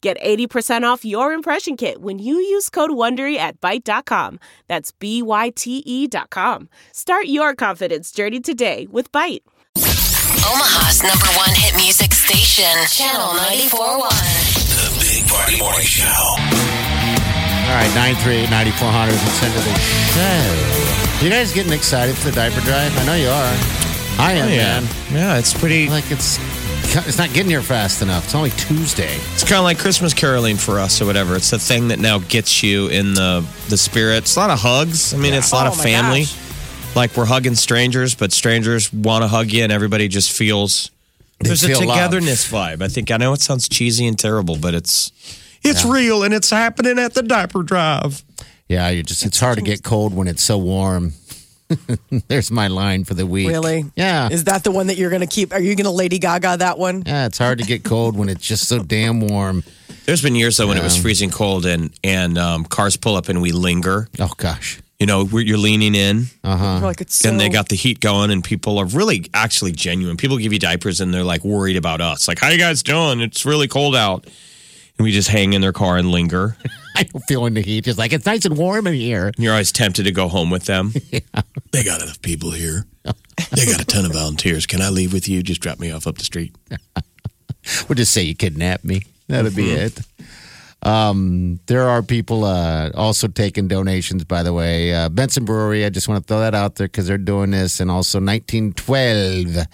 Get 80% off your impression kit when you use code WONDERY at Byte.com. That's B-Y-T-E E dot com. Start your confidence journey today with Byte. Omaha's number one hit music station, Channel 94.1. The Big Party Morning Show. All right, 938 9400 and send to the show. You guys getting excited for the diaper drive? I know you are. I am, man. Yeah, it's pretty. Like it's it's not getting here fast enough. It's only Tuesday. It's kind of like Christmas caroling for us or whatever. It's the thing that now gets you in the the spirit. It's a lot of hugs. I mean, it's a lot Oh, of my family. gosh. Like we're hugging strangers, but strangers want to hug you, and everybody just feels there's feel a loved. togetherness vibe. I think I know it sounds cheesy and terrible, but it's it's real and it's happening at the diaper drive. Yeah, you just it's hard to get cold when it's so warm. There's my line for the week. Really? Yeah. Is that the one that you're going to keep? Are you going to Lady Gaga that one? yeah, it's hard to get cold when it's just so damn warm. There's been years though when it was freezing cold and and um, cars pull up and we linger. Oh gosh. You know, we're, you're leaning in. We're Like it's so, and they got the heat going and people are really actually genuine people give you diapers and they're like worried about us like how you guys doing it's really cold out and we just hang in their car and linger I don't feel in the heat. Just like it's nice and warm in here. and you're always tempted to go home with them They got enough people here. They got a ton of volunteers. Can I leave with you? Just drop me off up the street. We'll just say you kidnapped me. That'll be Mm-hmm. it. Um, there are people uh, also taking donations, by the way. Uh, Benson Brewery, I just want to throw that out there because they're doing this, and also 1912.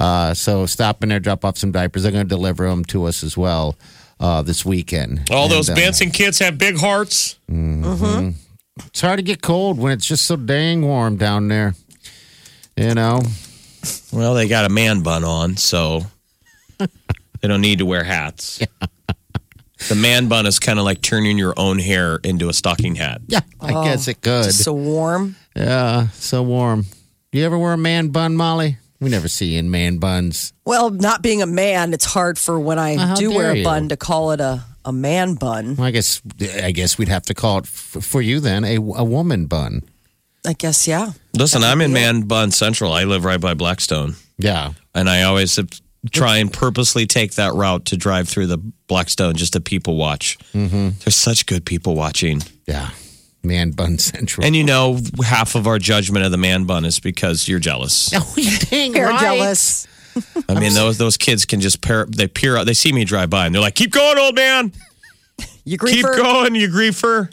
Uh, so stop in there, drop off some diapers. They're going to deliver them to us as well uh, this weekend. all those And, uh, Benson kids have big hearts It's hard to get cold when it's just so dang warm down there. You know? well they got a man bun on so they don't need to wear hats the man bun is kind of like turning your own hair into a stocking hat Yeah, I guess it could. so warm. Yeah, so warm. Do you ever wear a man bun, Molly? We never see you in man buns. Well, not being a man, it's hard for when I Well, how do wear dare a you. bun to call it a, a man bun. Well, I guess I guess we'd have to call it f- for you then a, a woman bun. I guess, yeah. listen i'm in man bun central i live right by blackstone Yeah, and I always have- try and purposely take that route to drive through the Blackstone just to people watch. Mm-hmm. There's such good people watching, yeah, man bun central. and you know half of our judgment of the man bun is because you're jealous. oh, you dang Hair right. jealous. I mean those those kids can just pair they peer out they see me drive by and they're like, "Keep going, old man. You Keep griefer. going, you griefer.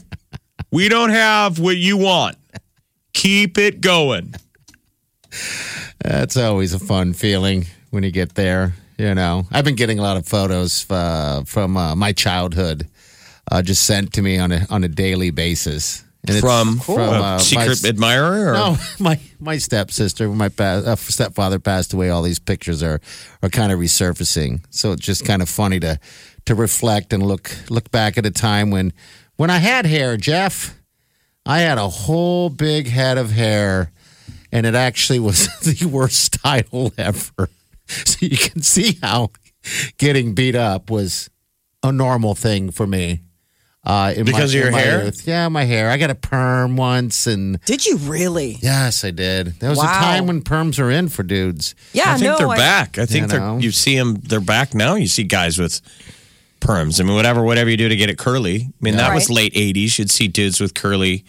We don't have what you want. Keep it going." That's always a fun feeling when you get there. You know, I've been getting a lot of photos uh, from uh, my childhood, uh, just sent to me on a on a daily basis. And it's uh, From, a my secret s- admirer, or No, my my stepsister, my pa- uh, stepfather passed away. All these pictures are are kind of resurfacing, so it's just kind of funny to to reflect and look look back at a time when when I had hair, Jeff. I had a whole big head of hair, and it actually was the worst style ever. So you can see how getting beat up was a normal thing for me. Uh, in my- Because of in your my hair? youth. Yeah, my hair. I got a perm once, and Did you really? Yes, I did. There was a Wow. time when perms were in for dudes. Yeah, I think no. they're I- back. I think You they're know. you see them. They're back now. You see guys with perms. I mean, whatever, whatever you do to get it curly. I mean, that was late '80s. You'd see dudes with curly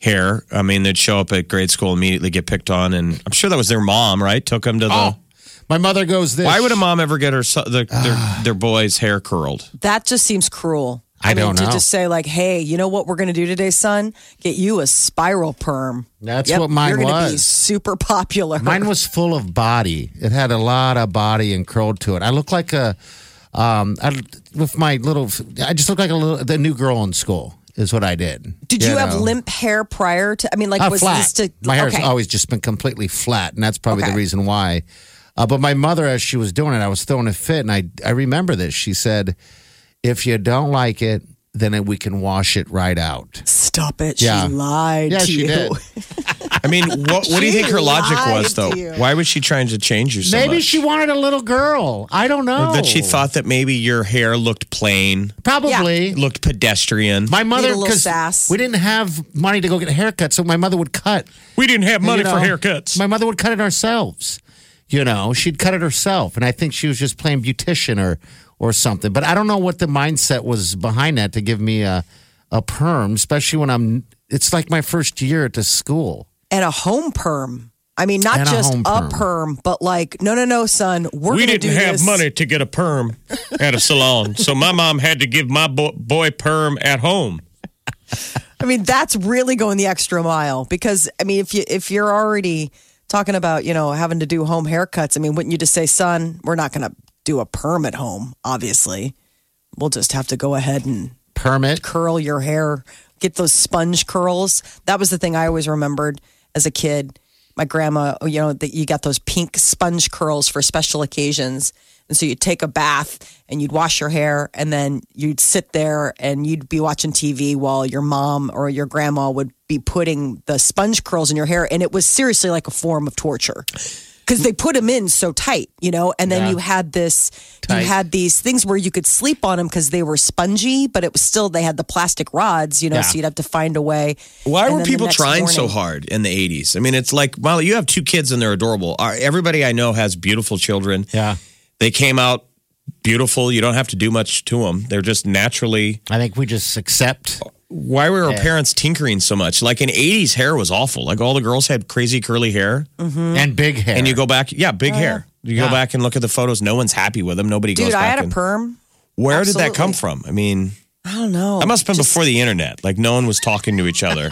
hair. I mean, they'd show up at grade school immediately get picked on, and I'm sure that was their mom, right? Took them to the. Oh. My mother goes this. Why would a mom ever get her so- the, Ah. their their boy's hair curled? That just seems cruel. I don't To know. just say, like, hey, you know what we're going to do today, son? Get you a spiral perm. That's what mine you're gonna be was. super popular. Mine was full of body. It had a lot of body and curled to it. I look like a, um, I, with my little, I just look like a little, the new girl in school is what I did. Did you, have know. limp hair prior to? I mean, like, Uh, was flat. this to? my hair's okay. always just been completely flat, and that's probably the Okay. reason why. Uh, but my mother, as she was doing it, I was throwing a fit, and I I remember this. She said, "If you don't like it, then we can wash it right out. Stop it. Yeah. She lied Yeah, to she you. did. I mean, what, what do you think her logic lied to was, though? you. Why was she trying to change you so Maybe much? she wanted a little girl. I don't know. That she thought that maybe your hair looked plain, Probably. it looked pedestrian. My mother, Need a little 'cause sass. we didn't have money to go get a haircut, so my mother would cut. we didn't have money you know, for haircuts. My mother would cut it ourselves. You know, she'd cut it herself, and I think she was just playing beautician or or something. But I don't know what the mindset was behind that to give me a a perm, especially when I'm. It's like my first year at the school. And a home perm. I mean, not And a just home a perm. perm. but like, no, no, no, son. We're we gonna didn't do have this. money to get a perm at a salon, so my mom had to give my bo- boy perm at home. I mean, that's really going the extra mile because I mean, if you if you're already talking about you know having to do home haircuts, I mean, wouldn't you just say, son, we're not going to do a perm at home? Obviously, we'll just have to go ahead and Permit. curl your hair, get those sponge curls. That was the thing I always remembered as a kid. My grandma, you know, that you got those pink sponge curls for special occasions. And so you'd take a bath and you'd wash your hair and then you'd sit there and you'd be watching TV while your mom or your grandma would be putting the sponge curls in your hair. And it was seriously like a form of torture because they put them in so tight, you know, and then Yeah. you had this, Tight. you had these things where you could sleep on them because they were spongy, but it was still they had the plastic rods, you know, Yeah. so you'd have to find a way. Why And were then the people next trying so morning- hard in the 80s? I mean, it's like, Molly, you have two kids and they're adorable. Our- Everybody I know has beautiful children. Yeah, They came out beautiful. You don't have to do much to them. They're just naturally. I think we just accept. Why were our parents tinkering so much? Like in 80s, hair was awful. Like all the girls had crazy curly hair. Mm-hmm. And big hair. And you go back, yeah, big hair. You Yeah. go back and look at the photos. No one's happy with them. Nobody goes Oh, Dude, back. I had a and- perm. Where did that come absolutely. from? I mean, I don't know. that must have been before the internet. Like no one was talking to each other.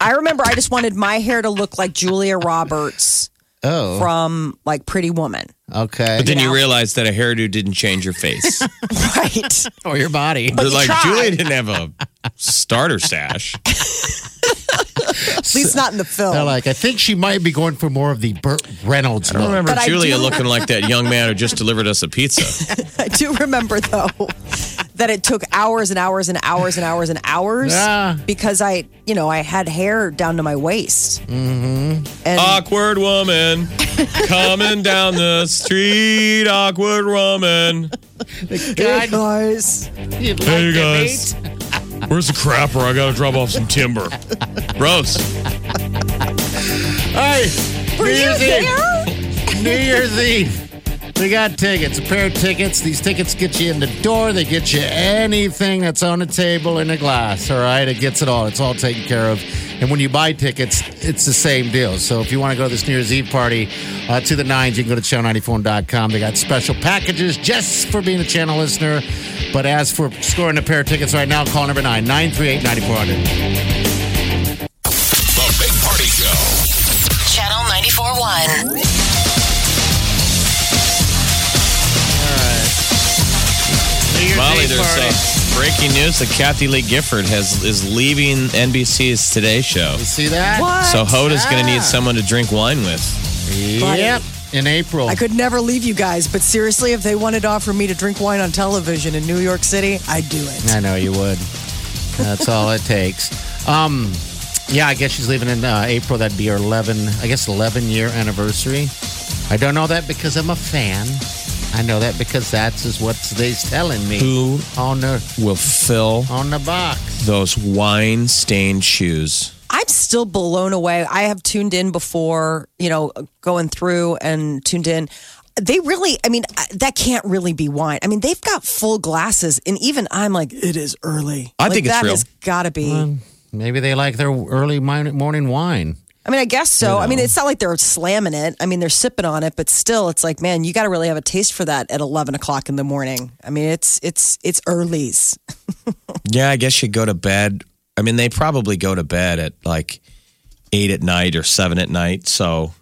I remember I just wanted my hair to look like Julia Roberts Oh, from like Pretty Woman. okay. But then you realize that a hairdo didn't change your face. Right. or Oh, your body. They're like, tried. Julia didn't have a starter stash. At least not in the film. They're like, I think she might be going for more of the Burt Reynolds. Oh. I look. remember But I Julia do- looking like that young man who just delivered us a pizza. I do remember though that it took hours and hours and hours and hours and hours Yeah. because I, you know, I had hair down to my waist. Mm-hmm. And awkward woman coming down the street. Awkward woman. Hey, guys. You'd like to Hey, guys. meet- Where's the crapper? I gotta drop off some timber. Gross. All right. Were New you Year's Eve. there? New Year's Eve. We got tickets, a pair of tickets. These tickets get you in the door. They get you anything that's on a table in a glass. All right, it gets it all. It's all taken care of. And when you buy tickets, it's the same deal. So if you want to go to this New Year's Eve party uh, to the nines, you can go to channel94.com. They got special packages just for being a channel listener. But as for scoring a pair of tickets right now, call number nine nine three eight ninety four hundred. The Big Party Show. Channel 941. Molly, there's uh, breaking news that Kathy Lee Gifford has is leaving NBC's Today Show. See that? What? So Hoda's gonna Ah. need someone to drink wine with. Yep. In April. I could never leave you guys, but seriously, if they wanted to offer me to drink wine on television in New York City, I'd do it. I know you would. That's all it takes. Um, yeah, I guess she's leaving in uh, April. That'd be her 11, I guess, 11 year anniversary. I don't know that because I'm a fan. I know that because that's is what they's telling me Who on the will fill on the box. those wine stained shoes? I'm still blown away. I have tuned in before, you know, going through and tuned in. They really, I mean, I- that can't really be wine. I mean, they've got full glasses, and even I'm like, it is early. I Like, think it's that real. has got to be. Maybe they like their early min- morning wine. I mean, I guess so. I mean, it's not like they're slamming it. I mean, they're sipping on it, but still, it's like, man, you got to really have a taste for that at eleven o'clock in the morning. I mean, it's it's it's early's. Yeah, I guess you go to bed. I mean, they probably go to bed at like eight at night or seven at night. So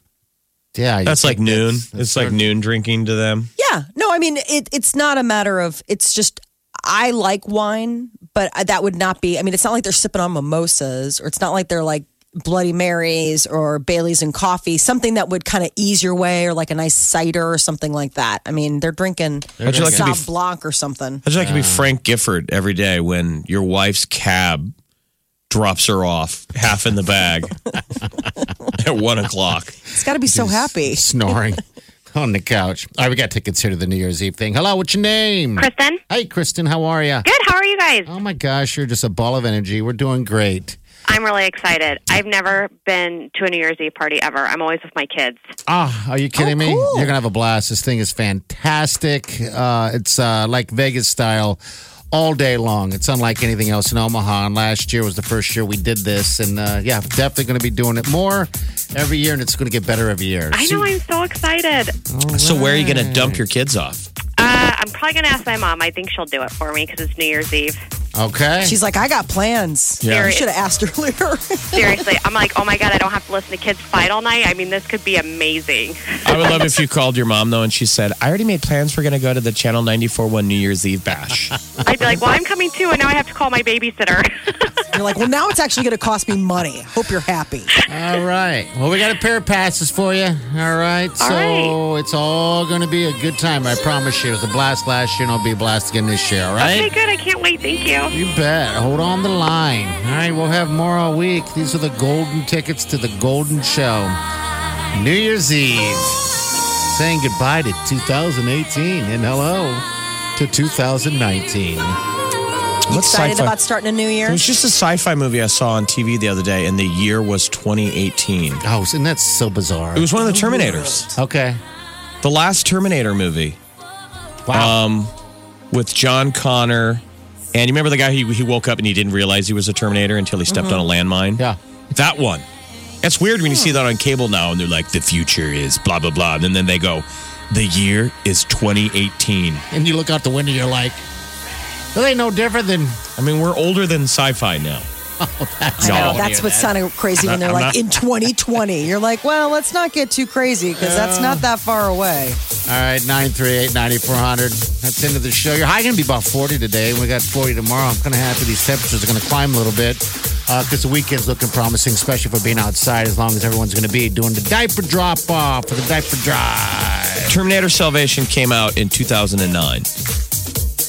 Yeah, you that's like think noon. that's- that's it's like their- noon drinking to them. Yeah. No, I mean, it, it's not a matter of, it's just, I like wine, but I- that would not be, I mean, it's not like they're sipping on mimosas or it's not like they're like Bloody Marys or Bailey's and coffee, something that would kind of ease your way, or like a nice cider or something like that. I mean, they're drinking How'd you like to be- Sauv Blanc or something. How'd you like to be Frank Gifford every day when your wife's cab drops her off half in the bag at one o'clock? It's got to be so happy. Snoring on the couch. All right, we got to consider the New Year's Eve thing. Hello, what's your name? Kristen? Hey, Kristen, how are you? Good. How are you guys? Oh my gosh, you're just a ball of energy. We're doing great. I'm really excited. I've never been to a New Year's Eve party ever. I'm always with my kids. Ah, are you kidding me? cool. You're gonna have a blast. This thing is fantastic. Uh, it's uh, like Vegas style, all day long. It's unlike anything else in Omaha. And last year was the first year we did this, and uh, yeah, definitely gonna be doing it more every year, and it's gonna get better every year. I know. I'm so excited. So where are you going to dump your kids off? Uh, I'm probably going to ask my mom. I think she'll do it for me because it's New Year's Eve. Okay. She's like, I got plans. Yeah. You should have asked earlier. Seriously. I'm like, oh my God, I don't have to listen to kids fight all night. I mean, this could be amazing. I would love if you called your mom though and she said, I already made plans. We're going to go to the Channel 94 one New Year's Eve bash. I'd be like, well, I'm coming too, and now I have to call my babysitter. You're like, well, now it's actually going to cost me money. Hope you're happy. All right. Well, we got a pair of passes for you. All right. so it's all going to be a good time. I promise you. It was a blast last year, and it'll be a blast again this year. All right. okay, good. I can't wait. Thank you. You bet. Hold on the line. All right, we'll have more all week. These are the golden tickets to the Golden Show. New Year's Eve. Saying goodbye to 2018 and hello to 2019. What's Excited sci-fi? about starting a new year? It was just a sci-fi movie I saw on TV the other day, and the year was 2018. Oh, and that's so bizarre. It was one of the Terminators, Okay. the last Terminator movie Um, Wow. with John Connor. And you remember the guy who he woke up and he didn't realize he was a Terminator until he stepped Mm-hmm. on a landmine? yeah. That one. That's weird when you see that on cable now and they're like, the future is blah, blah, blah. And then they go, the year is 2018. And you look out the window, you're like, that ain't no different than I mean, we're older than sci fi now. I know, Y'all. that's what sounded crazy when they're I'm like not- in 2020. You're like, well, let's not get too crazy because that's not that far away. All right, 938 9400. That's into the show. Your high going to be about 40 today. We got 40 tomorrow. I'm kind of happy these temperatures are going to climb a little bit because the weekend's looking promising, especially for being outside as long as everyone's going to be doing the diaper drop off for the diaper drive. Terminator Salvation came out in 2009.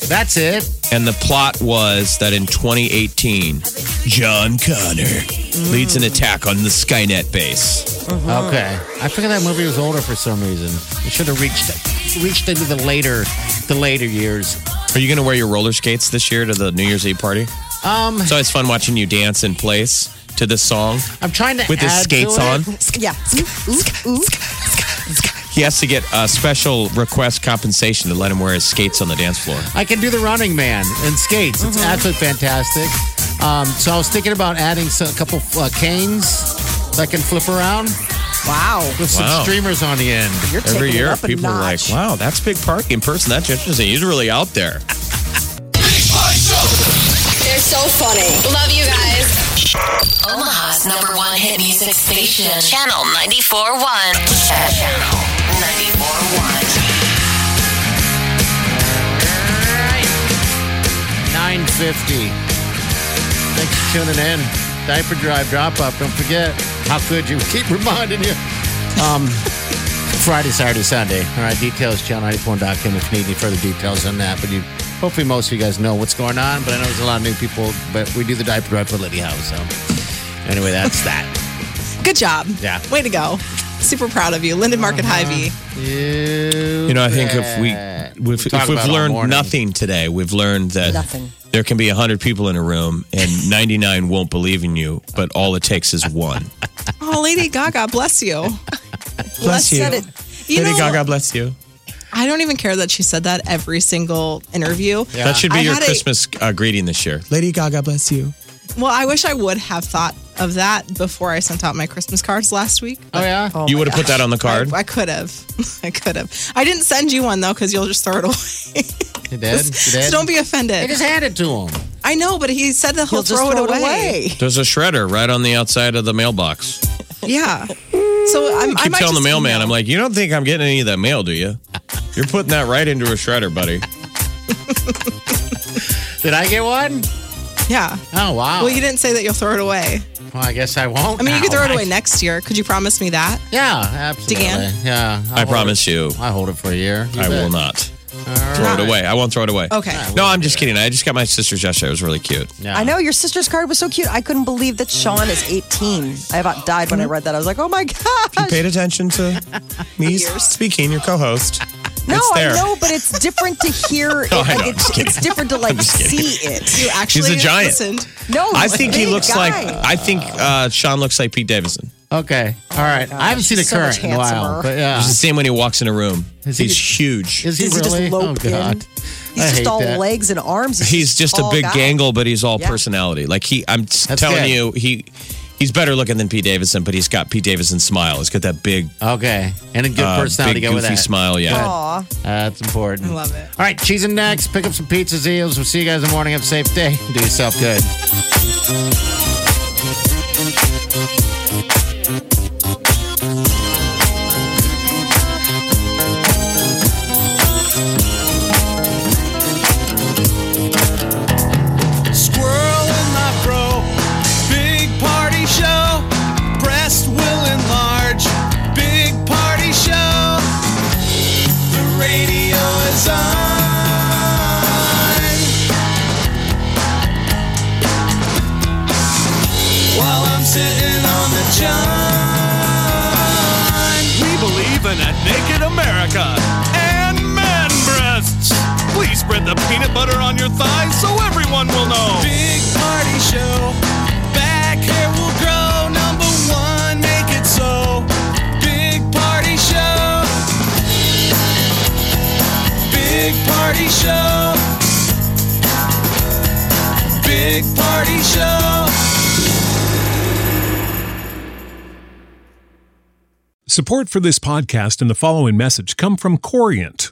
That's it. And the plot was that in 2018, John Connor leads an attack on the Skynet base. Okay. I figured that movie was older for some reason. It should have reached reached into the later the later years. Are you going to wear your roller skates this year to the New Year's Eve party? Um, It's always fun watching you dance in place to this song I'm trying to with add his skates to it. on. Yeah. He has to get a special request compensation to let him wear his skates on the dance floor. I can do the running man and skates. It's Mm-hmm. absolutely fantastic. Um, so I was thinking about adding so- a couple uh, canes that can flip around Wow. with some Wow. streamers on the end. You're taking Every it year, up a people are like, notch. wow, that's big party in person. That's interesting. He's really out there. They're so funny. Love you guys. Omaha's number one hit music station. Channel 94.1. Channel 94.1. 950. Thanks for tuning in. Diaper drive drop up. Don't forget how good you keep reminding you. Um, Friday, Saturday, Sunday. All right, details, channel94.com if you need any further details on that. But you, hopefully, most of you guys know what's going on. But I know there's a lot of new people, but we do the diaper drive for Liddy House. So, anyway, that's that. Good job. Yeah. Way to go. Super proud of you. Linden Market Hy-Vee. Uh-huh. You You know, I think if we we've, talk if we've about it all learned morning. nothing today, we've learned that Nothing. there can be hundred people in a room and ninety nine won't believe in you, but all it takes is one. Oh, Lady Gaga, bless you. Bless said it. You Lady know, Gaga, bless you. I don't even care that she said that every single interview. That should be I your had a- Christmas uh, greeting this year. Lady Gaga, bless you. Well, I wish I would have thought of that before I sent out my Christmas cards last week. Oh yeah. you would have put that on the card. I, I could have. I could have. I didn't send you one though because you'll just throw it away. You did. You so did? don't be I offended. just handed to him. I know, but he said that he'll You'll just throw, throw it it away. There's a shredder right on the outside of the mailbox. Yeah. So I'm, I Keep might telling the just mailman, email. I'm like, you don't think I'm getting any of that mail, do you? You're putting Oh. that right into a shredder, buddy. Did I get one? Yeah. Oh wow. Well, you didn't say that you'll throw it away. Well, I guess I won't. I mean, you could now. throw it away next year. Could you promise me that? Yeah, absolutely. Degan? Yeah, I'll I hold promise it. you, I hold it for a year. You I bet. will not All right. throw it away. I won't throw it away. Okay. No, I'm just kidding. I just got my sister's yesterday. It was really cute. Yeah. I know your sister's card was so cute. I couldn't believe that Sean is 18. I about died when I read that. I was like, oh my You gosh. paid attention to me speaking, your co-host. No, it's I there. know, but it's different to hear it. No, I know. Like, I'm it's, just kidding. it's different to like just kidding. see it. You actually giant. listened. No, I he's a think he big looks guy. like. I think uh, Sean looks like Pete Davidson. Okay. All Oh right. I haven't seen a he's so current much in a while, handsomer. but yeah. It's the same when he walks in a room. Is he- He's huge. Is he Is he just really? oh loped in? God. He's I just hate all that. legs and arms. he's just a tall big guy. gangle, but he's all Yeah. personality. Like he, I'm s- That's telling good. you, he he's better looking than Pete Davidson, but he's got Pete Davidson's smile. He's got that big, Okay. And a good uh, personality big to go with goofy that. smile. Yeah. Aw. That's important. I love it. All right. Cheese and next. Pick up some pizzas, eels. We'll see you guys in the morning. Have a safe day. Do yourself good. Squirrel in my bro. Big party show. Breast will enlarge. Big party show. The radio is on. While I'm sitting on the john. We believe in a naked America and man breasts. Please spread the peanut butter on your thighs so everyone will know. Big party show. Back hair will grow. Number one, make it so. Big party show. Big party show. Big party show. Support for this podcast and the following message come from Corient.